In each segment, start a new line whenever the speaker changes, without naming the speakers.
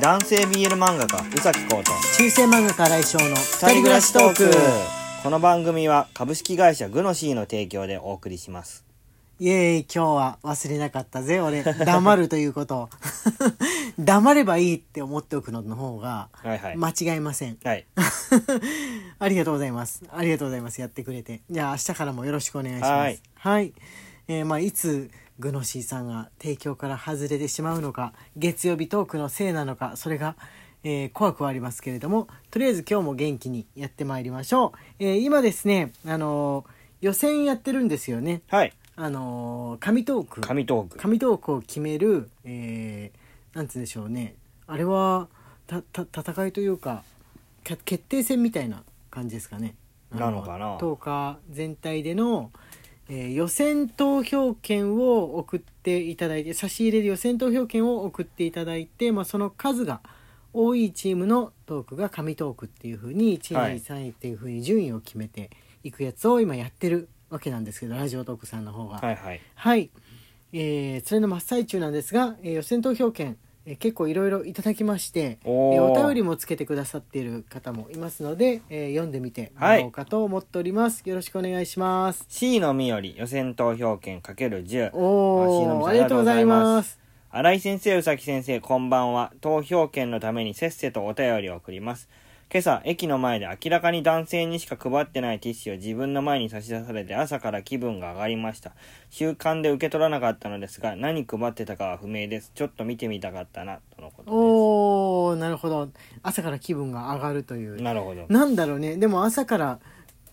男性 BL 漫画家宇崎浩と
中世漫画家来翔の二人暮らしトーク
この番組は株式会社グノシーの提供でお送りします
イエーイ今日は忘れなかったぜ俺黙るということを 黙ればいいって思っておくのの方が
はいはい、
間違いません
はい
ありがとうございますありがとうございますやってくれてじゃあ明日からもよろしくお願いします
は
はいい、えーまあ、いつグノシーさんが提供から外れてしまうのか月曜日トークのせいなのかそれが、えー怖くはありますけれどもとりあえず今日も元気にやってまいりましょう、えー今ですねあのー予選やってるんですよね
はい
あのー紙トーク
神トーク
紙トークを決める、えー、なんつうんでしょうねあれはたた戦いというかきゃ決定戦みたいな感じですかね。
なのかな
10日全体での、えー予選投票券を送っていただいて差し入れで予選投票券を送っていただいて、まあ、その数が多いチームのトークが紙トークっていうふうに1位、
はい
2位3位っていうふうに順位を決めていくやつを今やってるわけなんですけどラジオトークさんの方が。
はいはい
はい、えーそれの真っ最中なんですが、えー予選投票券、えー結構いろいろいただきまして
おー
えーお便りもつけてくださっている方もいますので、えー読んでみても
はい
らおうかと思っております、よろしくお願いします
C のみより予選投票券 ×10 あ椎名美
お
さ
お
ん
ありがとうござい
ありがとうございま
ますす
新井先生宇崎先生こんばんは投票券のためにせっせとお便りを送ります今朝駅の前で明らかに男性にしか配ってないティッシュを自分の前に差し出されて朝から気分が上がりました習慣で受け取らなかったのですが何配ってたかは不明ですちょっと見てみたかったなとのこと
おおなるほど朝から気分が上がるという
ですなるほど
なんだろうねでも朝から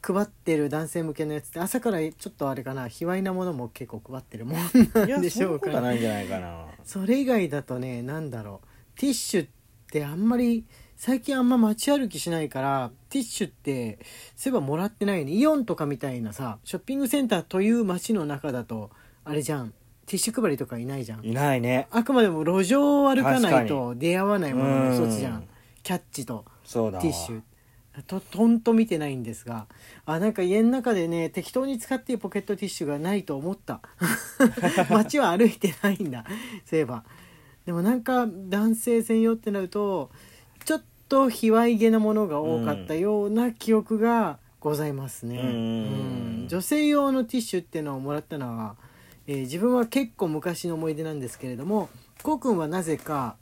配ってる男性向けのやつって朝からちょっとあれかな卑猥なものも結構配ってるもん
い
な
や
んでし
そん
ょ
な
う
こ
か
とはないんじゃないかな
それ以外だとねなんだろうティッシュってあんまり最近あんま街歩きしないからティッシュってそういえばもらってないよねイオンとかみたいなさショッピングセンターという街の中だとあれじゃんティッシュ配りとかいないじゃん
いないね
あくまでも路上を歩かない
確か
と出会わないものの一つじゃ
うん
んキャッチと
そうだわ
ティッシュととんと見てないんですがあなんか家の中でね適当に使っているポケットティッシュがないと思った 街は歩いてないんだそういえばでもなんか男性専用ってなるとちょっと卑猥げなものが多かったような記憶がございますね、
うん
うん女性用のティッシュってのをもらったのは、えー自分は結構昔の思い出なんですけれどもこうくんはなぜか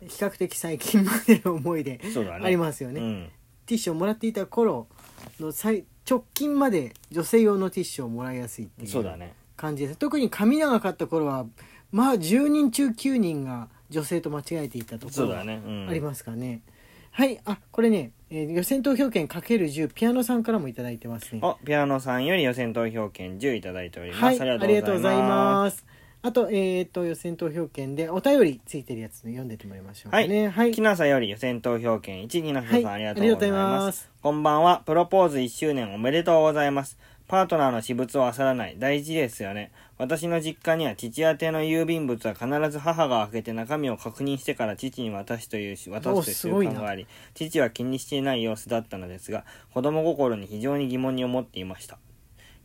比較的最近までの思い出
そうだね
ありますよね
うん
ティッシュをもらっていた頃の最直近まで女性用のティッシュをもらいやすいってい
そう
う
だね
感じです、特に髪長かった頃はまあ10人中9人が女性と間違えていたとこ
そう
ろ
だ
が
ね、うん、
ありますかねはいあこれね、えー予選投票券 ×10 ピアノさんからもいただいてますね
おピアノさんより予選投票券10いただいております、
はい
あ
あ
りが
りが
と
と
うご
うご
ざ
ざ
い
い
ます
ますあとえっ、と予選投票券でお便りついてるやつね読んでってもらいましょうかね
はい。きなさより予選投票券1、きなささん、
はい
ありがとうござい
ありがとうござい
ま
ますす。
こんばんは。プロポーズ1周年おめでとうございます。パートナーの私物を漁らない。大事ですよね。私の実家には父宛ての郵便物は必ず母が開けて中身を確認してから父に渡すというし、渡すという習
すごいな
慣があり、父は気にしていない様子だったのですが、子供心に非常に疑問に思っていました。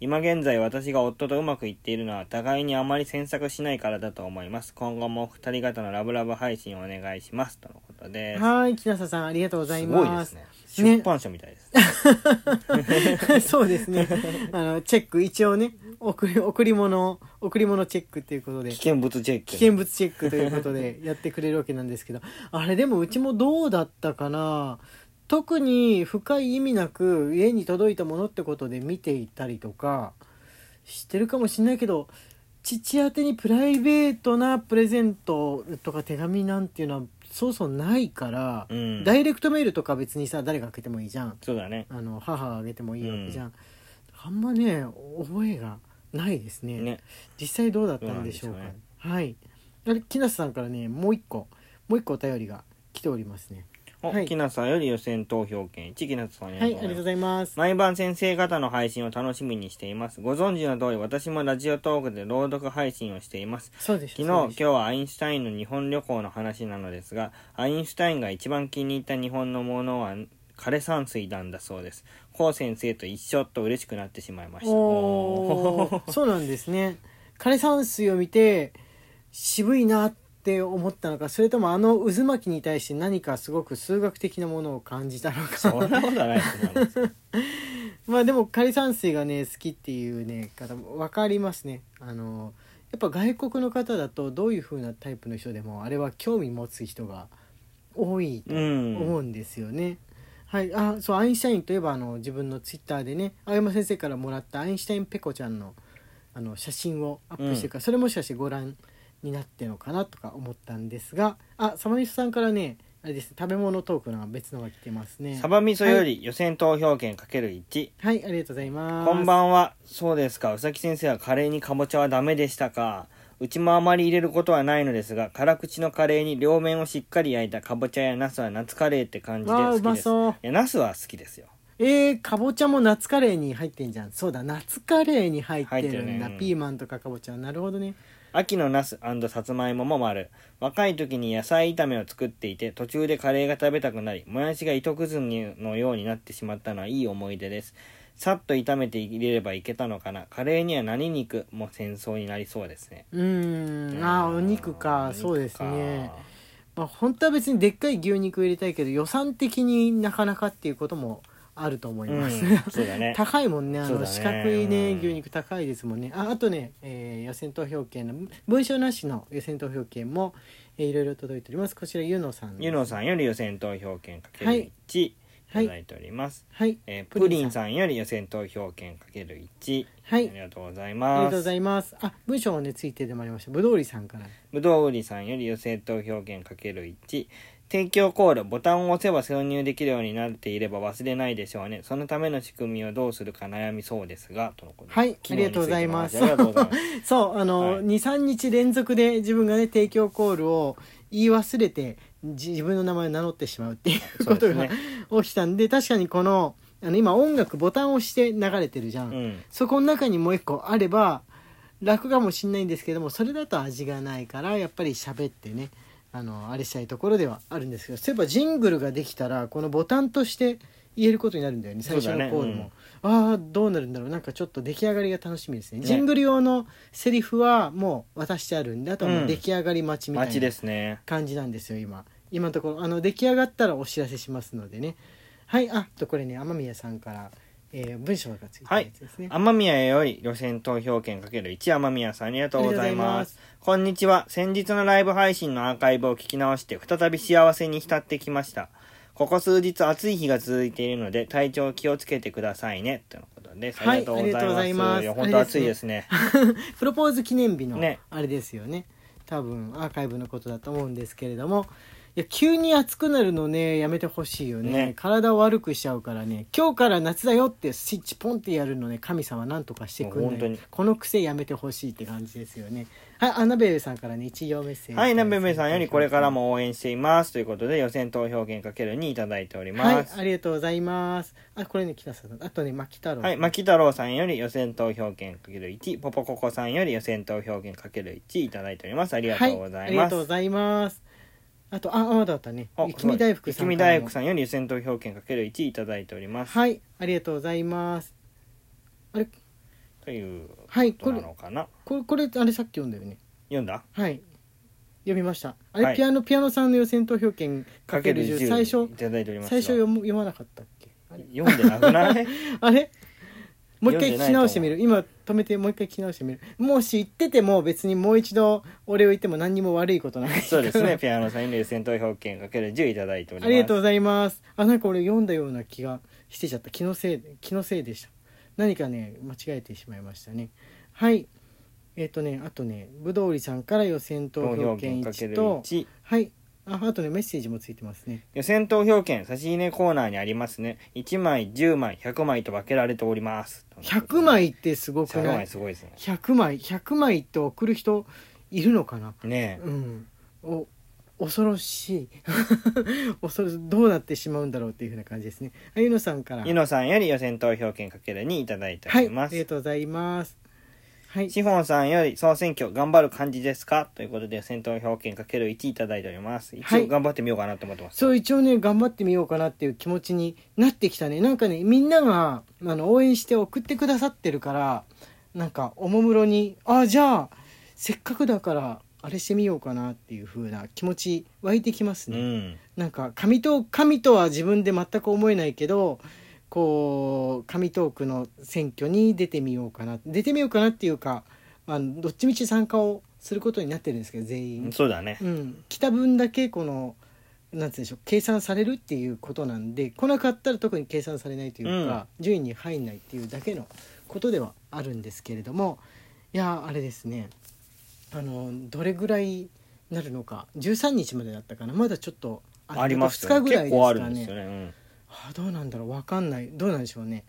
今現在私が夫とうまくいっているのは互いにあまり詮索しないからだと思います。今後もお二人方のラブラブ配信をお願いします。とのことです。
はい木下さんありがとうござい
す
ます
ごいですね。
ね
出版社みたいです。
そうですね。あの、チェック、一応ね、贈り、贈り物、贈り物チェックということで
危、険物チェック。
危険物チェックということで やってくれるわけなんですけど、あれでもうちもどうだったかな特に深い意味なく家に届いたものってことで見ていたりとかしてるかもしれないけど、父宛てにプライベートなプレゼントとか手紙なんていうのはそうそうないから、
うん。
ダイレクトメールとか別にさ、誰が開けてもいいじゃん。
そうだね。
あの母あげてもいいわけじゃん、あんまね覚えがないですね
ね。
実際どうだったんでしょうか
そうなんで
はいあれ木梨さんからねもう一個もう一個お便りが来ておりますね
お、
はい
きなさんより予選投票券1、きなさんあり
はい
が
ありが
とうござい
とう
ます
ご。ざいま
毎
す
晩先生方の配信を楽しみにしています。ご存知の通り、私もラジオトークで朗読配信をしています。
そうでし
昨
た
日、
そう
今
でし
日はアインシュタインの日本旅行の話なのですが、アインシュタインが一番気に入った日本のものは枯山水なんだそうです。高先生と一緒と嬉しくなってしまいました
た。おーそうなんですね枯山水を見て渋いなっって思ったのかそれともあの渦巻きに対して何かすごく数学的なものを感じたの
そん
か
なことはないと思いますよ
まあでも仮山水がね好きっていうね方も分かりますねあのやっぱ外国の方だとどういう風なタイプの人でもあれは興味持つ人が多いと
うん
思うんですよね。はい、あそうアインシュタインといえばあの自分のツイッターでね青山先生からもらったアインシュタインペコちゃんのあの写真をアップしてるから、それもしかしてご覧になってるのかなとか思ったんですがあサマニスさんからねあれですね食べ物トークの別のが来てますね
サバ味噌より予選投票券 ×1
はいありがとうございます
こんばんはそうですかうさき先生はカレーにかぼちゃはダメでしたかうちもあまり入れることはないのですが辛口のカレーに両面をしっかり焼いたかぼちゃやナスは夏カレーって感じで
わあ
好
う
き
ま
です
そう
いやナスは好きですよ
えー、かぼちゃも夏カレーに入ってんじゃんそうだ夏カレーに入っ
入
てる
っ
ん
て
だ
るね
ピーマンとかかぼちゃなるほどね
秋のナスさつまいもも丸若い時に野菜炒めを作っていて途中でカレーが食べたくなりもやしが糸くずのようになってしまったのはいい思い出ですさっと炒めて入れればいけたのかなカレーには何肉も戦争になりそうですね
うーんあーお肉か
ん
そうです
お肉
ね
か
まあ本当は別にでっかい牛肉入れたいけど予算的になかなかっていうこともあると思い
うん
ます、
そうだね
高いもんねあ
そう
の
だね
四角いね
うん
牛肉高いですもんねああとね、えー予選投票券の文章なしの予選投票券も、えーいろいろ届いておりますこちらゆのさんです
ゆのさんより予選投票券かけ
は
る
い
1い
は
た
い
だいております、
はい
えープリンさんより予選投票券かける1
はい
ありがとうござい
あり
ま
がとうご
す
ざいますあ文章もねついてでもありましたぶどうりさんから
ぶどう売りさんより予選投票券かける1提供コールボタンを押せば挿入できるようになっていれば忘れないでしょうねそのための仕組みをどうするか悩みそうですがとのこと
はい
機能につての話
ありがとうございます
ありがとうございます
そうあの、
はい
23日連続で自分がね提供コールを言い忘れてじ自分の名前を名乗ってしまうって いう
そう
こ
で
と
す
が、
ね
起きたんで確かにこのあの今音楽ボタンを押して流れてるじゃん、
うん
そこの中にもう一個あれば楽かもしんないんですけどもそれだと味がないからやっぱり喋ってねあのあれしたいところではあるんですけどそういえばジングルができたらこのボタンとして言えることになるんだよね最初
そうだ
の
ね
コールも、ああどうなるんだろうなんかちょっと出来上がりが楽しみですね
ね
ジングル用のセリフはもう渡してあるんであとはもううん出来上がり待ちみたい
街
な
ですね
感じなんですよ今今のところあの出来上がったらお知らせしますのでねはいあとこれね雨宮さんから、えー文章がついてるやつですね、
雨宮より予選投票券かける1雨宮さんありがとうござい
ありがとうございま
ますすこんにちは先日のライブ配信のアーカイブを聞き直して再び幸せに浸ってきましたここ数日暑い日が続いているので体調気をつけてくださいねとのことです、
はい
ありがとうございます
ありがとうござ
や本
います
当暑いですね
プロポーズ記念日の
ね
あれですよね多分アーカイブのことだと思うんですけれどもいや急に暑くなるのねやめてほしいよね
ね
体を悪くしちゃうからね今日から夏だよってスイッチポンってやるのね神様なんとかしてくん
もう本
な
当
い
に
この癖やめてほしいって感じですよねはいアナベルさんからね一行メッセージ
はいなべめさんよりこれからも応援していますということで予選投票券かける2いただいており
は
ま
い
す
ありがとうございますあこれね北さんあとね牧太郎
はい、牧太郎さんより予選投票券かける1、ポポココさんより予選投票券かける1いただいております。ありがとうござ
はい、あ
い
りが
ま
と
す。
うございますあとあまだあったね
お
雪見大福さん
雪見
からも
大福さんより予選投票券かける1いただいております。
はいありがとうございますあれ
という
はい
こと
こ
な
れ
のかな。
これこれあれさっき読んだよね
読んだ
はい読みましたあれ、
はい
ピアノピアノさんの予選投票権かける10最
い
初
ただいておりますが。
最初読む読まなかったっけ あれ
読んでなく ない
あれもう一
読んでな
回聞
いと思う
き直してみる今止めてもう一回聞き直してみるもし言ってても別にもう一度俺を言っても何にも悪いことない
そうですね。ピアノさんより予選投票券かける10いただいておりま
あ
す。
りがとうございます。あ、なんか俺読んだような気がしてちゃった。気のせい、気のせいでした。何かね、間違えてしまいましたね。はい。えっ、とね、あとね、ぶどうりさんから予選投票権
かけ
1
る
と、
1。
はい。あ、あとね、メッセージもついてますね。
予選投票券差し入れコーナーにありますね。1枚、10枚、100枚と分けられております。
100枚ってすごく
?100
な
枚
い
すごいですね。
?100 枚、100枚って送る人いるのかな
ねえ。
うん。お、恐ろしい。 恐ろどうなってしまうんだろうっていうふうな感じですね。あゆのさんから。
ゆのさんより予選投票券かける2いただいてお
は
り
い、
ま
あ
す。
りがとうございます。はい、
シフォンさんより総選挙頑張る感じですかということで戦闘票券かける1いただいております一
はい
応頑張ってみようかなと思ってます、
そう一応ね頑張ってみようかなっていう気持ちになってきたね。なんかねみんながあの応援して送ってくださってるから、なんかおもむろにあじゃあせっかくだからあれしてみようかなっていう風な気持ち湧いてきます
う
ね。
ん
なんか神トーク神とは自分で全く思えないけどこう神トークの選挙に出てみようかな出てみようかなっていうかあのどっちみち参加をすることになってるんですけど全員、
そうだね
うん、来た分だけこのなんつうんでしょう計算されるっていうことなんで来なかったら特に計算されないというか、順位に入んないっていうだけのことではあるんですけれどもいやーあれですねあのどれぐらいなるのか13日までだったかなまだちょっと
あります
2日
よ、ね、
ぐらいで
結
す
構あ
か
るんですよ
ね。
ね、うん
あーどうなんだろうわかんないどうなんでしょうね。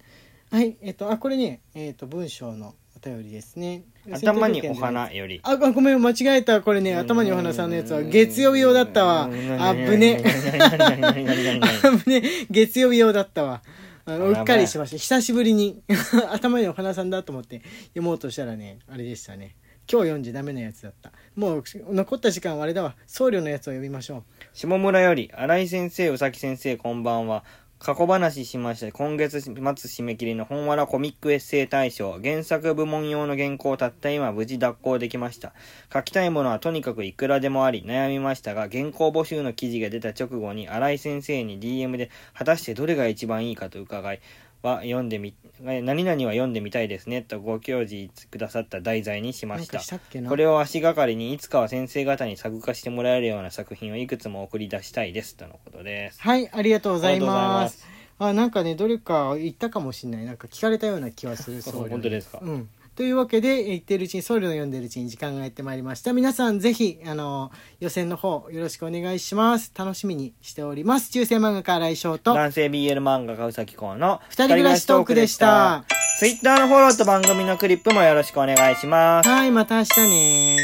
はいえっとあこれねえっと文章のお便りですね。
頭にお花より
あ、あごめん、間違えた。これね、頭にお花さんのやつは月曜日用だったわ。あぶね。あぶね。月曜日用だったわ。あの
あ
う
ら
っかりしました。久しぶりに 頭にお花さんだと思って読もうとしたらね、あれでしたね。今日読んじゃダメなやつだった。もう残った時間はあれだわ。僧侶のやつを読みましょ
下村より新井先生宇崎先生こんばんは過去話しました今月末締め切りの本わらコミックエッセイ大賞原作部門用の原稿をたった今無事脱稿できました書きたいものはとにかくいくらでもあり悩みましたが原稿募集の記事が出た直後に新井先生に DM で果たしてどれが一番いいかと伺いは読んでみ何々は読んでみたいですねとご教示くださった題材にし
う。
ま
なん
した
かしたっけな。
これを足がかりにいつかは先生方に作画してもらえるような作品をいくつも送り出したいですとのことです。
はい、ありがとうござい
ありがとうござい
ま
ますす。
あ、なんかね、どれか言ったかもしれない。なんか聞かれたような気はす る。僧侶に
本当ですか
うん。というわけで、えー言ってるうちに、僧侶の読んでるうちに時間がやってまいりました。皆さん、ぜひ、あの、予選の方、よろしくお願いします。楽しみにしております。中世漫画家来翔と、
男性 BL 漫画家うさきこうの
二人暮らしトークでした。
Twitter のフォローと番組のクリップもよろしくお願いします。
はい、また明日ね。